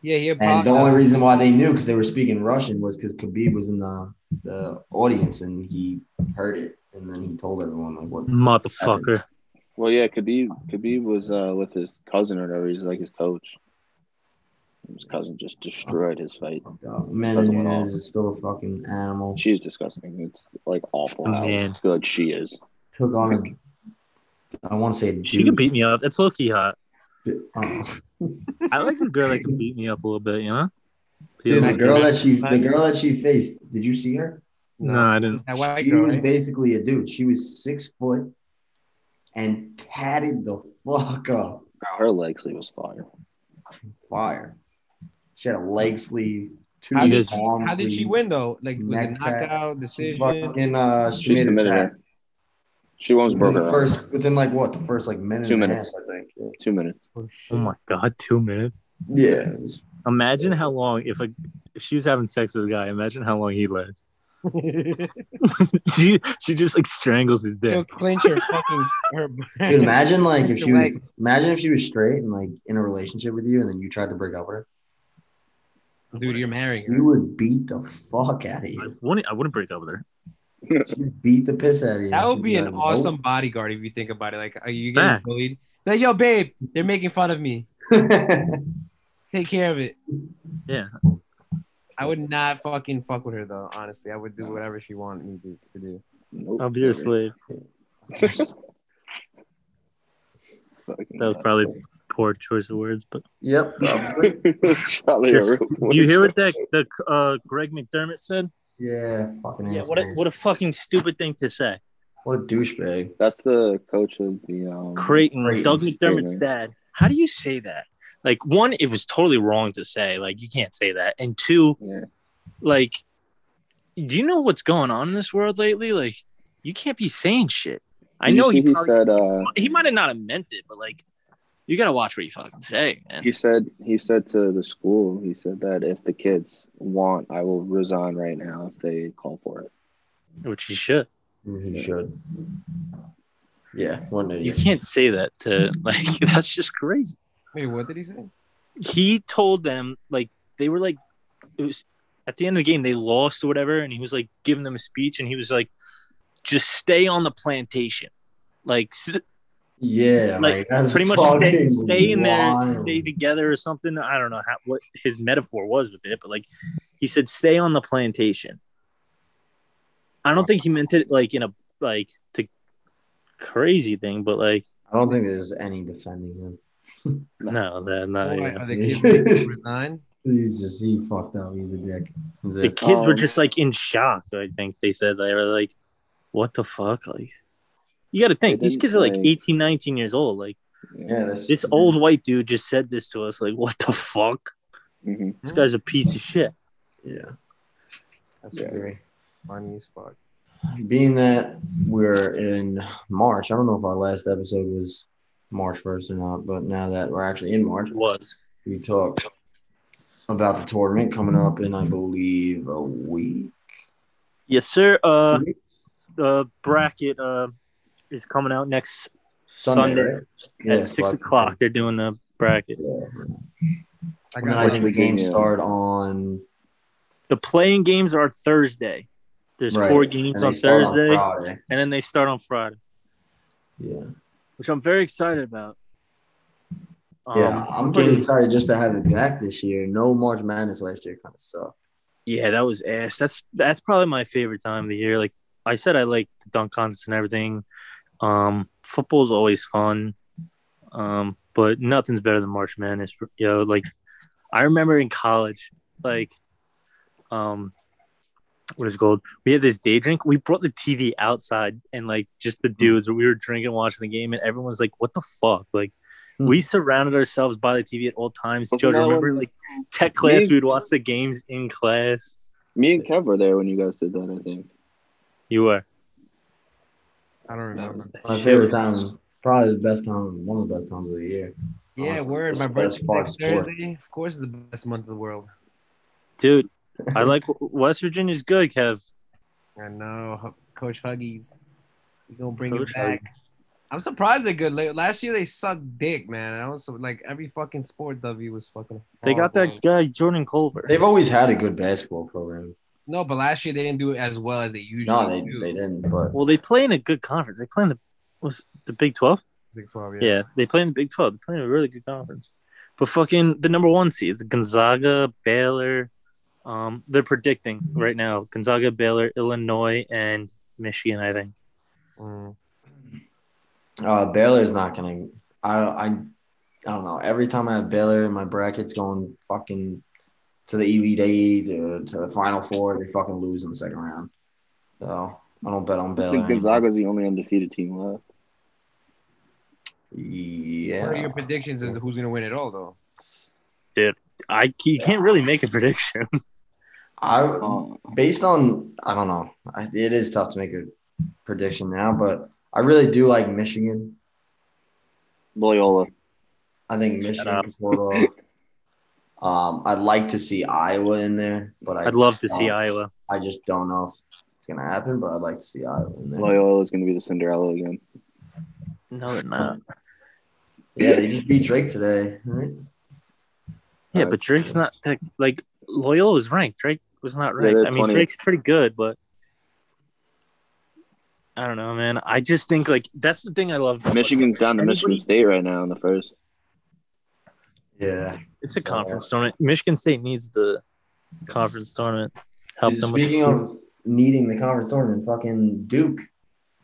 Speaker 2: yeah, he
Speaker 4: And
Speaker 2: apologized.
Speaker 4: the only reason why they knew because they were speaking Russian was because Khabib was in the, the audience and he heard it, and then he told everyone like what.
Speaker 1: Motherfucker.
Speaker 3: Well, yeah, Khabib, Khabib was uh, with his cousin or whatever. He's like his coach. His cousin just destroyed his fight.
Speaker 4: Man,
Speaker 3: Doesn't want all.
Speaker 4: Nunes is still a fucking animal.
Speaker 3: She's disgusting. It's like awful how
Speaker 1: Oh, Man.
Speaker 3: good she is.
Speaker 4: Took on a, I want to say a dude.
Speaker 1: She could beat me up. That's low key hot.
Speaker 4: Oh.
Speaker 1: I like a girl that can beat me up a little bit. You know.
Speaker 4: Dude, the
Speaker 2: Like,
Speaker 4: girl that she the
Speaker 2: like-
Speaker 4: girl that she faced, did you see her?
Speaker 1: No, I didn't.
Speaker 2: that white
Speaker 4: she
Speaker 2: girl.
Speaker 4: was
Speaker 2: right?
Speaker 4: basically a dude. She was six foot and tatted the fuck up.
Speaker 3: Her leg sleeve was fire.
Speaker 4: Fire. She had a leg sleeve, two
Speaker 2: How
Speaker 1: did-
Speaker 4: arm
Speaker 2: How did she
Speaker 4: sleeves.
Speaker 2: win though? Like was
Speaker 4: Neck
Speaker 2: it
Speaker 4: crack.
Speaker 2: knockout
Speaker 4: She
Speaker 2: decision?
Speaker 4: fucking uh, she,
Speaker 3: She
Speaker 4: made
Speaker 3: submitted
Speaker 4: a tap.
Speaker 3: her. She almost
Speaker 4: Within
Speaker 3: broke
Speaker 4: the
Speaker 3: her arm.
Speaker 4: first within like what the first like minute
Speaker 3: Two
Speaker 4: and a
Speaker 3: minutes.
Speaker 4: half, I think.
Speaker 3: Two minutes.
Speaker 1: Oh my god, two minutes.
Speaker 4: Yeah, it was
Speaker 1: Imagine how long if a if she was having sex with a guy. Imagine how long he lives. she she just like strangles his
Speaker 2: She'll
Speaker 1: dick.
Speaker 2: clinch her fucking her.
Speaker 4: Dude, imagine like
Speaker 2: Your
Speaker 4: if she was
Speaker 2: legs.
Speaker 4: imagine if she was straight and like in a relationship with you and then you tried to break up with her.
Speaker 2: Dude, you're marrying her.
Speaker 4: You would beat the fuck out of you.
Speaker 1: I wouldn't I wouldn't break up with her.
Speaker 4: You beat the piss out of you.
Speaker 2: That would be an
Speaker 4: Like,
Speaker 2: awesome bodyguard if you think about it. Like, are you getting
Speaker 1: Facts.
Speaker 2: bullied? Like, yo, babe, they're making fun of me.
Speaker 4: nope.
Speaker 2: Take care of it.
Speaker 1: Yeah.
Speaker 2: I would not fucking fuck with her though. Honestly, I would do whatever she wanted me to, to do.
Speaker 3: Nope.
Speaker 1: I'll be your slave. That was probably poor choice of words, but
Speaker 4: yep. probably.
Speaker 3: probably a
Speaker 1: Yes.
Speaker 3: real-
Speaker 1: do you hear what that the uh, Greg McDermott said?
Speaker 4: yeah. Fucking
Speaker 1: Yeah,
Speaker 4: ass
Speaker 1: what a,
Speaker 4: ass.
Speaker 1: what a fucking stupid thing to say.
Speaker 4: What a douchebag.
Speaker 3: That's the coach of the um,
Speaker 1: Creighton,
Speaker 4: Creighton,
Speaker 1: Doug McDermott's
Speaker 3: Creighton.
Speaker 1: dad. How do you say that? Like, one, it was totally wrong to say. Like, you can't say that. And two,
Speaker 3: Yeah.
Speaker 1: like, do you know what's going on in this world lately? Like, you can't be saying shit. I
Speaker 3: You
Speaker 1: know he
Speaker 3: see
Speaker 1: probably,
Speaker 3: said uh,
Speaker 1: he might have not have meant it, but like, you gotta watch what you fucking say, man.
Speaker 3: he said he said to the school he said that if the kids want I will resign right now if they call for it.
Speaker 1: Which you should.
Speaker 4: He should. Yeah. What an
Speaker 1: You
Speaker 4: idiot.
Speaker 1: can't say that to like. That's just crazy.
Speaker 2: Wait, what did he say?
Speaker 1: he told them like they were like it was at the end of the game they lost or whatever and he was like giving them a speech and he was like just stay on the plantation like s-
Speaker 4: Yeah.
Speaker 1: Like,
Speaker 4: that's
Speaker 1: pretty much
Speaker 4: fucking
Speaker 1: stay, stay in there
Speaker 4: wild.
Speaker 1: stay together or something i don't know how, what his metaphor was with it but like he said stay on the plantation i don't think he meant it like in a like to crazy thing but like
Speaker 4: I don't think there's any defending him.
Speaker 1: no that not
Speaker 2: Why
Speaker 1: even.
Speaker 2: are the kids making her resign?
Speaker 4: He's just he fucked up. He's a dick. He's
Speaker 1: the
Speaker 4: a,
Speaker 1: kids were
Speaker 3: Um,
Speaker 1: just like in shock. I think they said they were like, "What the fuck?" Like, you got to think
Speaker 3: They
Speaker 1: these
Speaker 3: didn't,
Speaker 1: kids are like
Speaker 3: like-
Speaker 1: 18, 19 years old. Like,
Speaker 4: yeah, there's-
Speaker 1: this old white dude just said this to us. Like, what the fuck?
Speaker 3: hmm
Speaker 1: This guy's a piece of shit.
Speaker 4: Yeah.
Speaker 2: That's
Speaker 3: Yeah.
Speaker 2: very funny as fuck.
Speaker 4: being that we're in March, I don't know if our last episode was March 1st or not, but now that we're actually in March,
Speaker 1: Was
Speaker 4: we talked about the tournament coming up in, I believe, a week.
Speaker 1: yes, sir. Uh,
Speaker 4: Two weeks?
Speaker 1: the bracket uh is coming out next
Speaker 4: Sunday,
Speaker 1: Sunday,
Speaker 4: right?
Speaker 1: at six o'clock. They're doing the bracket.
Speaker 4: Yeah.
Speaker 2: I
Speaker 4: And then
Speaker 2: got
Speaker 4: I
Speaker 2: like,
Speaker 4: think the games
Speaker 3: Virginia.
Speaker 4: start on,
Speaker 1: The playing games are Thursday. There's
Speaker 4: Right.
Speaker 1: four
Speaker 4: and
Speaker 1: games
Speaker 4: they
Speaker 1: on
Speaker 4: start on
Speaker 1: Thursday,
Speaker 4: Friday.
Speaker 1: and then they start on Friday,
Speaker 4: Yeah.
Speaker 1: which I'm very excited about. Um,
Speaker 4: Yeah, I'm
Speaker 1: we're
Speaker 4: pretty
Speaker 1: getting-
Speaker 4: excited just to have it back this year. No March Madness last year kind of sucked.
Speaker 1: Yeah, that was ass. That's that's probably my favorite time of the year. Like I said, I like the dunk contests and everything. Um, football's always fun, um, but nothing's better than March Madness. You know, like I remember in college, like, um, what is it called? We had this day drink. We brought the TV outside, and like just
Speaker 3: Mm-hmm.
Speaker 1: the dudes, we were drinking, watching the game, and everyone's like, "What the fuck?" Like.
Speaker 4: Hmm.
Speaker 1: We surrounded ourselves by the TV at all times.
Speaker 3: Wasn't
Speaker 1: Joe, do you
Speaker 3: that
Speaker 1: remember
Speaker 3: when-
Speaker 1: like tech class?
Speaker 3: Me-
Speaker 1: We'd watch the games in class.
Speaker 3: Me and Kev were there when you guys did that, I think.
Speaker 1: You were.
Speaker 2: I don't remember.
Speaker 4: My favorite time, probably the best time, one of the best times of the year.
Speaker 2: Yeah,
Speaker 4: Awesome.
Speaker 2: word. My
Speaker 4: Best
Speaker 2: birthday
Speaker 4: part
Speaker 2: next
Speaker 4: of sport.
Speaker 2: Thursday. Of course, it's the best month of the world.
Speaker 1: Dude, I like West Virginia's good, Kev.
Speaker 2: I know, H- Coach Huggies. You gonna bring
Speaker 1: Coach
Speaker 2: it back? I'm surprised they're good. Like, last year they sucked dick, man. And I was like, every fucking sport W was fucking.
Speaker 1: They got
Speaker 2: horrible.
Speaker 1: that guy Jordan Culver.
Speaker 4: Oh, They've always had a good basketball program.
Speaker 2: No, but last year they didn't do it as well as they usually
Speaker 4: No, they,
Speaker 2: do.
Speaker 4: they didn't, but
Speaker 1: Well, they play in a good conference. They play in the was it the Big Twelve.
Speaker 2: Big 12,
Speaker 1: Yeah. they play in the Big Twelve. They play in a really good conference. But fucking the number one seed is Gonzaga, Baylor. Um, they're predicting right now Gonzaga, Baylor, Illinois, and Michigan. I think.
Speaker 2: Mm.
Speaker 4: uh, Baylor's not gonna. I I I don't know. Every time I have Baylor, my brackets going fucking to the Elite Eight or to the Final Four, they fucking lose in the second round. So I don't bet on
Speaker 3: I
Speaker 4: Baylor.
Speaker 3: think Gonzaga's the only undefeated team left.
Speaker 4: Yeah.
Speaker 2: What are your predictions of who's gonna win it all, though?
Speaker 1: I you can't really make a prediction.
Speaker 4: I
Speaker 3: Oh,
Speaker 4: based on I don't know. I, it is tough to make a prediction now, but I really do like Michigan.
Speaker 3: Loyola.
Speaker 4: I think
Speaker 1: Shut
Speaker 4: Michigan
Speaker 1: up.
Speaker 4: can pull it off. Um, I'd like to see Iowa in there, but I
Speaker 1: I'd love to see
Speaker 4: Oh.
Speaker 1: Iowa.
Speaker 4: I just don't know if it's gonna happen. But I'd like to see Iowa in there.
Speaker 3: Loyola is going to be the Cinderella again.
Speaker 1: No, they're not.
Speaker 4: Yeah, they just beat Drake today. Right?
Speaker 1: Yeah, but Drake's not that, like Loyola was ranked. Drake was not
Speaker 3: Yeah,
Speaker 1: ranked.
Speaker 3: they're
Speaker 1: I mean,
Speaker 3: 20th.
Speaker 1: Drake's pretty good, but I don't know, man. I just think like that's the thing I love. about
Speaker 3: Michigan's down to
Speaker 1: Anybody-
Speaker 3: Michigan State right now in the first.
Speaker 4: Yeah.
Speaker 1: It's a conference tournament. Michigan State needs the conference tournament. Help them. With,
Speaker 4: Speaking of needing the conference tournament, fucking Duke.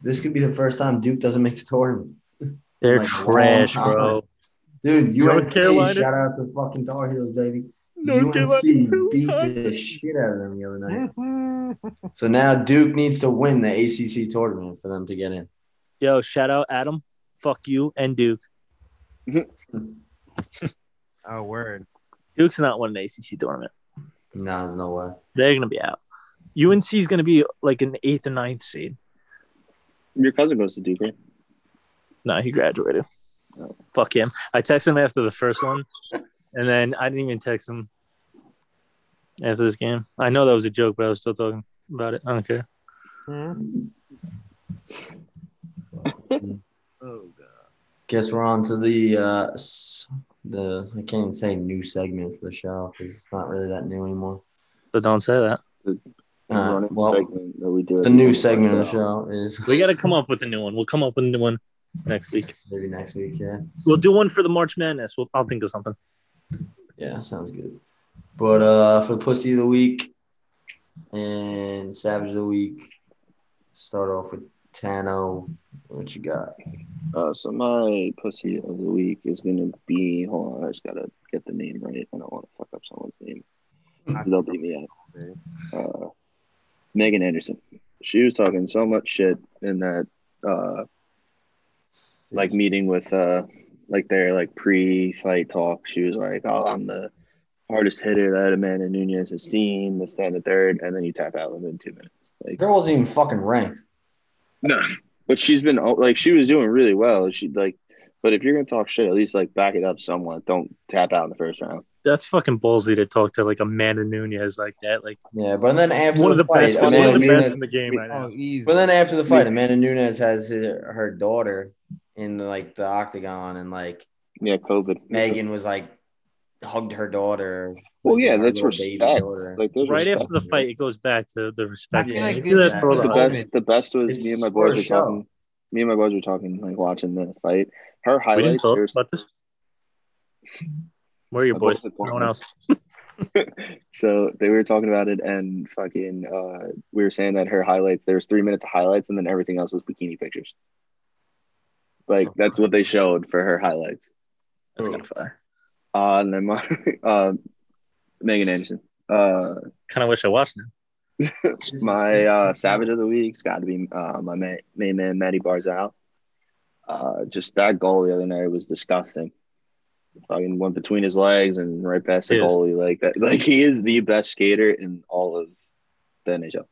Speaker 4: This could be the first time Duke doesn't make the tournament.
Speaker 1: they're
Speaker 4: like,
Speaker 1: trash,
Speaker 4: long
Speaker 1: bro.
Speaker 4: Dude, you
Speaker 1: North Carolina.
Speaker 4: shout out to fucking Tar Heels, baby.
Speaker 1: North Carolina
Speaker 4: UNC beat
Speaker 1: Tar
Speaker 4: the
Speaker 1: Heels.
Speaker 4: shit out of them the other night. So now Duke needs to win the ACC tournament for them to get in.
Speaker 1: Yo, shout out Adam. Fuck you and Duke.
Speaker 2: oh, word.
Speaker 1: Duke's not winning the ACC tournament.
Speaker 4: Nah, there's no way.
Speaker 1: They're gonna be out. UNC is gonna be like an eighth or ninth seed.
Speaker 3: Your cousin goes to Duke. right?
Speaker 1: No, he graduated.
Speaker 3: Oh.
Speaker 1: Fuck him. I texted him after the first one, and then I didn't even text him after this game. I know that was a joke, but I was still talking about it. I don't care.
Speaker 2: Mm.
Speaker 4: Hmm?
Speaker 2: Oh, God.
Speaker 4: Guess we're on to the uh s- the I can't even say new segment for the show because it's not really that new anymore.
Speaker 1: So don't say that.
Speaker 3: The
Speaker 4: Uh,
Speaker 3: running
Speaker 4: well,
Speaker 3: segment that we do at
Speaker 4: The
Speaker 3: the
Speaker 4: new
Speaker 3: end
Speaker 4: segment of the show is
Speaker 1: We got to come up with a new one. We'll come up with a new one next week.
Speaker 4: maybe next week. Yeah,
Speaker 1: We'll do one for the March Madness. We'll, I'll think of something.
Speaker 4: yeah, sounds good. But uh, for pussy of the week and savage of the week, start off with Tano. What you got?
Speaker 3: Uh, so my pussy of the week is gonna be. Hold on, I just gotta get the name right. I don't want to fuck up someone's name. They'll beat me
Speaker 2: Okay.
Speaker 3: out. Uh, Megan Anderson. She was talking so much shit in that, uh, like meeting with, uh, like their like pre-fight talk. She was like, "Oh, I'm the hardest hitter that Amanda Nunez has seen." This, that, and the third, and then you tap out within two minutes. Like,
Speaker 4: girl wasn't even fucking ranked.
Speaker 3: no, but she's been like she was doing really well. She like, but if you're gonna talk shit, at least like back it up somewhat. Don't tap out in the first round.
Speaker 1: That's fucking ballsy to talk to like Amanda Nunez like that. Like
Speaker 4: Yeah, but then after
Speaker 1: one of the
Speaker 4: fight,
Speaker 1: best, one
Speaker 4: Amanda
Speaker 1: of the
Speaker 4: Nunes-
Speaker 1: best in the game right
Speaker 2: Oh,
Speaker 1: now.
Speaker 2: easy.
Speaker 4: But then after the fight, Amanda Nunes has her, her daughter in like the octagon, and like
Speaker 3: Yeah, COVID.
Speaker 4: Megan was like hugged her daughter.
Speaker 3: Well, yeah,
Speaker 4: her
Speaker 3: that's
Speaker 4: little
Speaker 3: respect.
Speaker 4: daughter.
Speaker 3: Like there's
Speaker 1: Right
Speaker 3: respect.
Speaker 1: after the fight, it goes back to the respect.
Speaker 4: I feel like
Speaker 1: They do that for all
Speaker 3: the
Speaker 1: the
Speaker 4: this-
Speaker 1: hype.
Speaker 3: best. The best was
Speaker 4: It's
Speaker 3: me and my
Speaker 4: for a
Speaker 3: boys were
Speaker 4: show.
Speaker 3: talking. Me and my boys were talking like watching the fight. Her
Speaker 1: We didn't
Speaker 3: highlights.
Speaker 1: talk
Speaker 3: there's-
Speaker 1: about this. Where are your
Speaker 3: I
Speaker 1: boys?
Speaker 3: both
Speaker 1: No one else.
Speaker 3: So they were talking about it, and fucking, uh, we were saying that her highlights. There was three minutes of highlights, and then everything else was bikini pictures. Like that's what they showed for her highlights.
Speaker 1: That's kind of fire.
Speaker 3: Uh, and then my, uh, Megan Anderson. Uh,
Speaker 1: Kind of wish I watched it.
Speaker 3: my uh, savage of the week's got to be uh, my ma- main man Matty Barzal. Uh, just that goal the other night was disgusting. Fucking went between his legs and right past the
Speaker 1: Yes.
Speaker 3: goalie like that. Like he is the best skater in all of the NHL.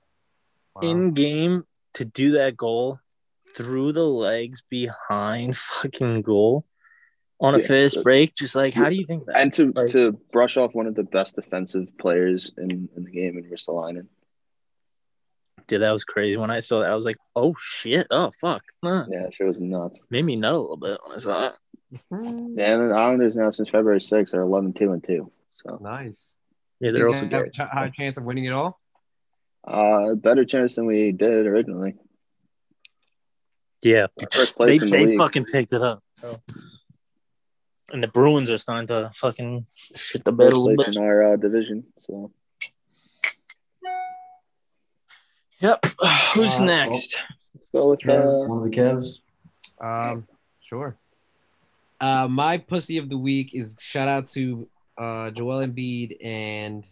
Speaker 1: in game to do that goal through the legs behind fucking goal on a
Speaker 3: Yeah.
Speaker 1: fast break. Just like, how do you think that?
Speaker 3: And to
Speaker 1: Like-
Speaker 3: to brush off one of the best defensive players in, in the game in Ristolainen.
Speaker 1: Dude, that was crazy. When I saw that, I was like, oh shit. Oh fuck. Huh.
Speaker 3: Yeah, it was nuts.
Speaker 1: Made me nut a little bit when I saw that.
Speaker 3: Yeah, and then Islanders now since February 6th are 11 2 and 2. So
Speaker 2: Nice.
Speaker 1: Yeah,
Speaker 2: You
Speaker 1: they're also
Speaker 2: guys have a
Speaker 1: good.
Speaker 2: ch- high chance of winning it all.
Speaker 3: uh better chance than we did originally.
Speaker 1: Yeah. Oh.
Speaker 3: First place
Speaker 1: They,
Speaker 3: in the
Speaker 1: they
Speaker 3: league.
Speaker 1: fucking picked it up. bro. And the Bruins are starting to fucking shit the bed a
Speaker 3: First
Speaker 1: little
Speaker 3: place
Speaker 1: bit.
Speaker 3: in our uh, division. So
Speaker 1: Yep. Who's
Speaker 4: Uh,
Speaker 1: next?
Speaker 3: let's go with
Speaker 4: Kev,
Speaker 3: uh,
Speaker 4: one of the Kevs.
Speaker 2: Um, sure. Uh, my pussy of the week is shout out to uh Joel Embiid and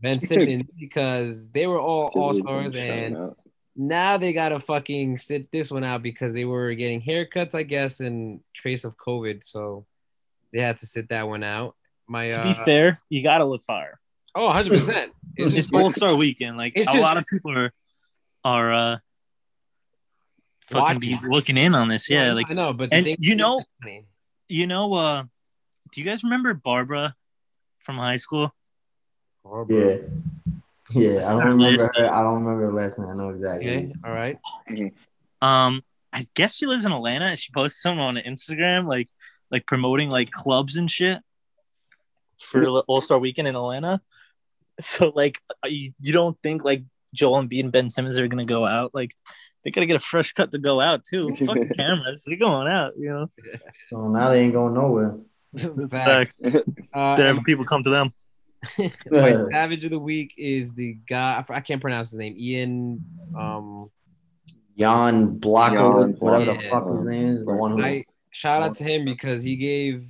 Speaker 2: Ben Simmons because they were all all stars and
Speaker 3: Shout out.
Speaker 2: now they gotta fucking sit this one out because they were getting haircuts, I guess, in trace of COVID, so they had to sit that one out. My
Speaker 1: to
Speaker 2: uh,
Speaker 1: be fair, you gotta look fire.
Speaker 2: oh, 100 percent. It's
Speaker 1: it's
Speaker 2: just
Speaker 1: All Star Weekend. Like
Speaker 2: It's
Speaker 1: a
Speaker 2: just-
Speaker 1: lot of people are are uh, fucking be
Speaker 2: Watching.
Speaker 1: looking in on this. Yeah, like
Speaker 2: I know, but the
Speaker 1: and
Speaker 2: thing-
Speaker 1: you know- you know, uh, do you guys remember Barbara from high school?
Speaker 4: Yeah. Yeah, I
Speaker 1: That's
Speaker 4: don't
Speaker 1: not
Speaker 4: remember
Speaker 1: last
Speaker 4: her. I don't remember her last name. I know exactly.
Speaker 2: Okay, all right.
Speaker 1: Um, I guess she lives in Atlanta. and She posted something on Instagram, like like promoting like clubs and shit for All Star Weekend in Atlanta. So like, uh, you, you don't think like Joel Embiid and Ben Simmons are gonna go out? Like, they gotta get a fresh cut to go out too. Fuck the cameras, they're going out. You know,
Speaker 4: So now they ain't going nowhere.
Speaker 2: Fact. Uh,
Speaker 1: They're
Speaker 2: and
Speaker 1: having people come to them.
Speaker 2: My
Speaker 4: Yeah.
Speaker 2: savage of the week is the guy I can't pronounce his name. Ian. Um,
Speaker 4: Jan Blocko,
Speaker 3: Jan
Speaker 4: whatever the
Speaker 2: Blocko.
Speaker 4: fuck his name is, the one who
Speaker 2: I shout out to him because he gave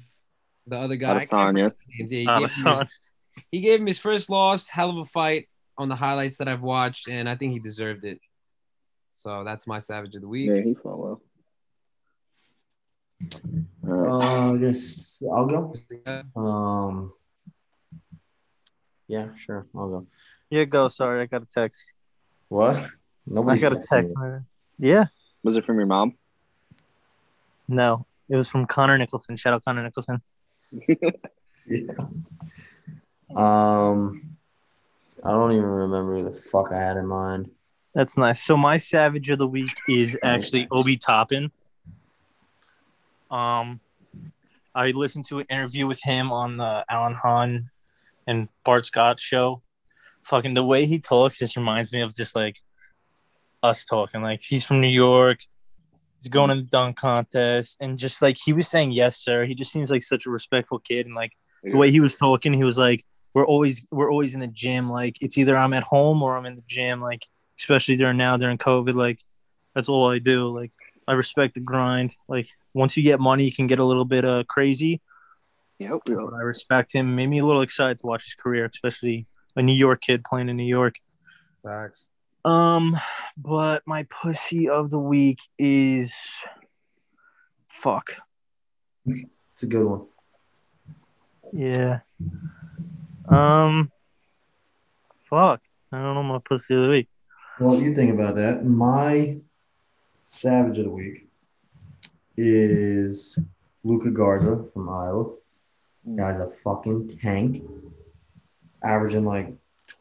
Speaker 2: the other guy. I can't
Speaker 3: Adesanya.
Speaker 2: pronounce his names. Yeah, he, gave him,
Speaker 1: Honestly.
Speaker 2: he gave him his first loss. Hell of a fight on the highlights that I've watched, and I think he deserved it. So that's my savage of the week.
Speaker 3: Yeah, he fought well. Uh,
Speaker 2: Um,
Speaker 4: Uh, just I'll go. Um, yeah, sure, I'll go.
Speaker 1: Yeah, go. Sorry, I got a text.
Speaker 4: What? Nobody
Speaker 1: I got a text. Yeah.
Speaker 3: was it from your mom?
Speaker 1: No, it was from Connor Nicholson. Shout out Connor Nicholson.
Speaker 4: Um, I don't even remember who the fuck I had in mind.
Speaker 1: That's nice. So my savage of the week is actually Obi Toppin. Um, I listened to an interview with him on the Alan Hahn and Bart Scott show. Fucking the way he talks just reminds me of just like us talking. Like he's from New York. He's going to the dunk contest and just like he was saying yes, sir. He just seems like such a respectful kid and like the way he was talking, he was like, "We're always we're always in the gym. Like it's either I'm at home or I'm in the gym. Like especially during now during COVID, like that's all I do. Like I respect the grind. Like once you get money, you can get a little bit uh crazy,
Speaker 3: Yep.
Speaker 1: but I respect him. Made me a little excited to watch his career, especially a New York kid playing in New York.
Speaker 2: Facts.
Speaker 1: Um, but my pussy of the week is fuck.
Speaker 4: It's a good one.
Speaker 1: Yeah. Um. Fuck. I don't know my pussy of the week.
Speaker 4: Well, you think about that. My savage of the week is Luca Garza from Iowa. Guy's a fucking tank, averaging like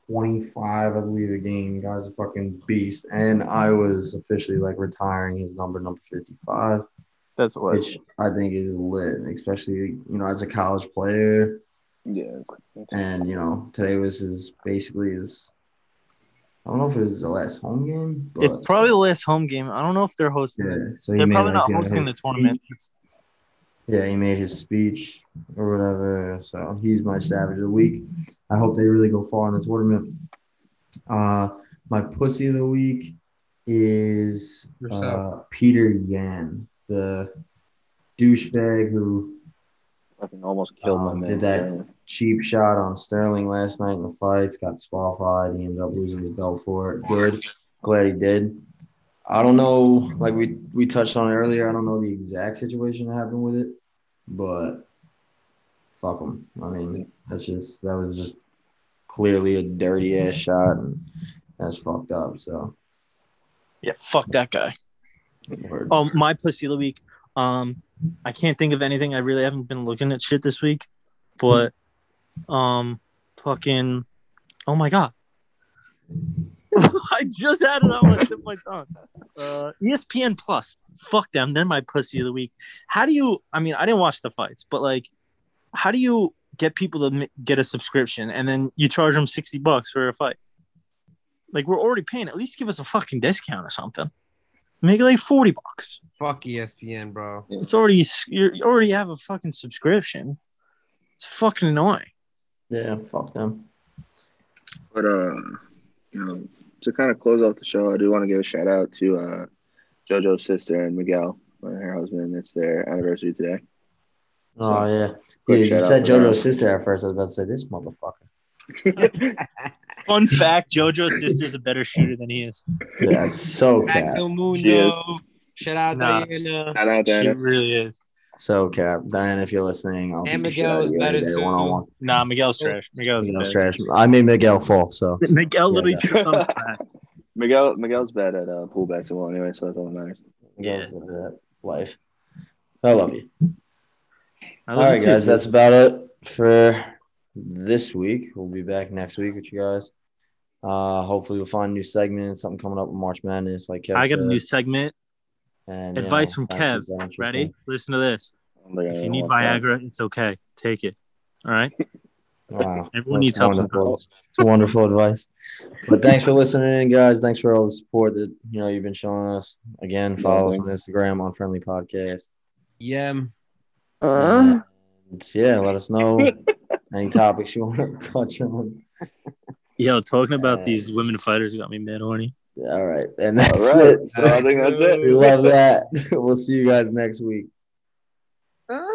Speaker 4: 25, I believe, a game. Guy's a fucking beast. And Iowa's officially like retiring his number, number 55,
Speaker 1: That's what.
Speaker 4: which I think is lit, especially, you know, as a college player
Speaker 3: Yeah.
Speaker 2: Uh,
Speaker 4: and you know today was his basically his I don't know if it was the last home game, but
Speaker 1: It's probably the last home game. I don't know if they're hosting.
Speaker 4: yeah.
Speaker 1: it.
Speaker 4: So he
Speaker 1: They're
Speaker 4: made,
Speaker 1: probably
Speaker 4: like,
Speaker 1: not
Speaker 4: you know,
Speaker 1: hosting the tournament. It's,
Speaker 4: yeah, he made his speech or whatever. So he's my savage of the week. I hope they really go far in the tournament. Uh, my pussy of the week is uh,
Speaker 2: Yourself.
Speaker 4: Peter Yan, the douchebag who
Speaker 3: Fucking almost killed
Speaker 4: Um,
Speaker 3: my man.
Speaker 4: did that- cheap shot on Sterling last night in the fights, got disqualified. He ended up losing his belt for it. Good. Glad he did. I don't know, like we, we touched on it earlier, I don't know the exact situation that happened with it, but fuck him. I mean, that's just, that was just clearly a dirty ass shot, and that's fucked up. So,
Speaker 1: Yeah, fuck that guy.
Speaker 4: word.
Speaker 1: Um, my pussy of the week. Um, I can't think of anything. I really haven't been looking at shit this week, but um, fucking, oh my god, I just had it on my tip of my tongue. Uh, ESPN Plus, fuck them. They're my pussy of the week. How do you? I mean, I didn't watch the fights, but like, how do you get people to m- get a subscription and then you charge them sixty bucks for a fight? Like, we're already paying. At least give us a fucking discount or something. Make it like forty bucks.
Speaker 2: Fuck E ESPN, bro.
Speaker 1: It's already you already have a fucking subscription. It's fucking annoying.
Speaker 4: Yeah, fuck them.
Speaker 3: But uh, you know, to kind of close off the show, I do want to give a shout out to uh, JoJo's sister and Miguel, her husband. It's their anniversary today.
Speaker 4: Oh, yeah.
Speaker 3: Quick
Speaker 4: yeah you
Speaker 3: shout out
Speaker 4: said
Speaker 3: for
Speaker 4: JoJo's
Speaker 3: that.
Speaker 4: sister at first. I was about to say, this motherfucker.
Speaker 1: Fun fact: JoJo's sister's a better shooter than he is.
Speaker 4: Yeah, it's so cap.
Speaker 2: Facto
Speaker 3: She
Speaker 2: Mundo.
Speaker 3: is.
Speaker 2: Shout out
Speaker 1: Nah.
Speaker 2: Diana.
Speaker 3: Shout out
Speaker 1: She
Speaker 3: to Anna.
Speaker 1: really is.
Speaker 4: So cap. Diane, if you're listening, I'll
Speaker 2: And
Speaker 4: beat the shit
Speaker 2: Miguel
Speaker 4: out of
Speaker 2: is
Speaker 4: you every
Speaker 2: better
Speaker 4: day,
Speaker 2: too.
Speaker 4: one-on-one.
Speaker 1: Nah, Miguel's trash. Miguel's
Speaker 4: Miguel
Speaker 1: bad.
Speaker 4: trash. I made Miguel fall, so
Speaker 1: Miguel literally
Speaker 4: Yeah.
Speaker 1: tripped on his back.
Speaker 3: Miguel Miguel's bad at uh, pool basketball anyway, so that's all that matters.
Speaker 1: Yeah.
Speaker 4: life. I love you.
Speaker 1: I
Speaker 4: All
Speaker 1: love
Speaker 4: right,
Speaker 1: you too,
Speaker 4: guys,
Speaker 1: dude.
Speaker 4: that's about it for this week. We'll be back next week with you guys. Uh, hopefully, we'll find a new segment, something coming up with March Madness, like Kev
Speaker 1: I got a
Speaker 4: said,
Speaker 1: new segment.
Speaker 4: and, you
Speaker 1: Advice
Speaker 4: know,
Speaker 1: from
Speaker 4: try to
Speaker 1: Kev.
Speaker 4: keep that interesting.
Speaker 1: Ready? Listen to this.
Speaker 3: I'm like, I
Speaker 1: If you
Speaker 3: don't
Speaker 1: need
Speaker 3: want that.
Speaker 1: Viagra, it's okay. Take it. All right.
Speaker 4: Wow,
Speaker 1: Everyone
Speaker 4: that's
Speaker 1: needs help
Speaker 4: wonderful.
Speaker 1: sometimes.
Speaker 4: It's wonderful advice. But thanks for listening, in, guys. Thanks for all the support that you know you've been showing us. Again, follow us on Instagram on Friendly Podcast.
Speaker 2: Yeah.
Speaker 3: Uh-huh.
Speaker 4: And yeah, let us know any topics you want to touch on.
Speaker 1: Yo, talking about these women fighters got me mad horny.
Speaker 4: All right, and that's
Speaker 3: All right.
Speaker 4: it.
Speaker 3: So I think that's it.
Speaker 4: We love that. We'll see you guys next week.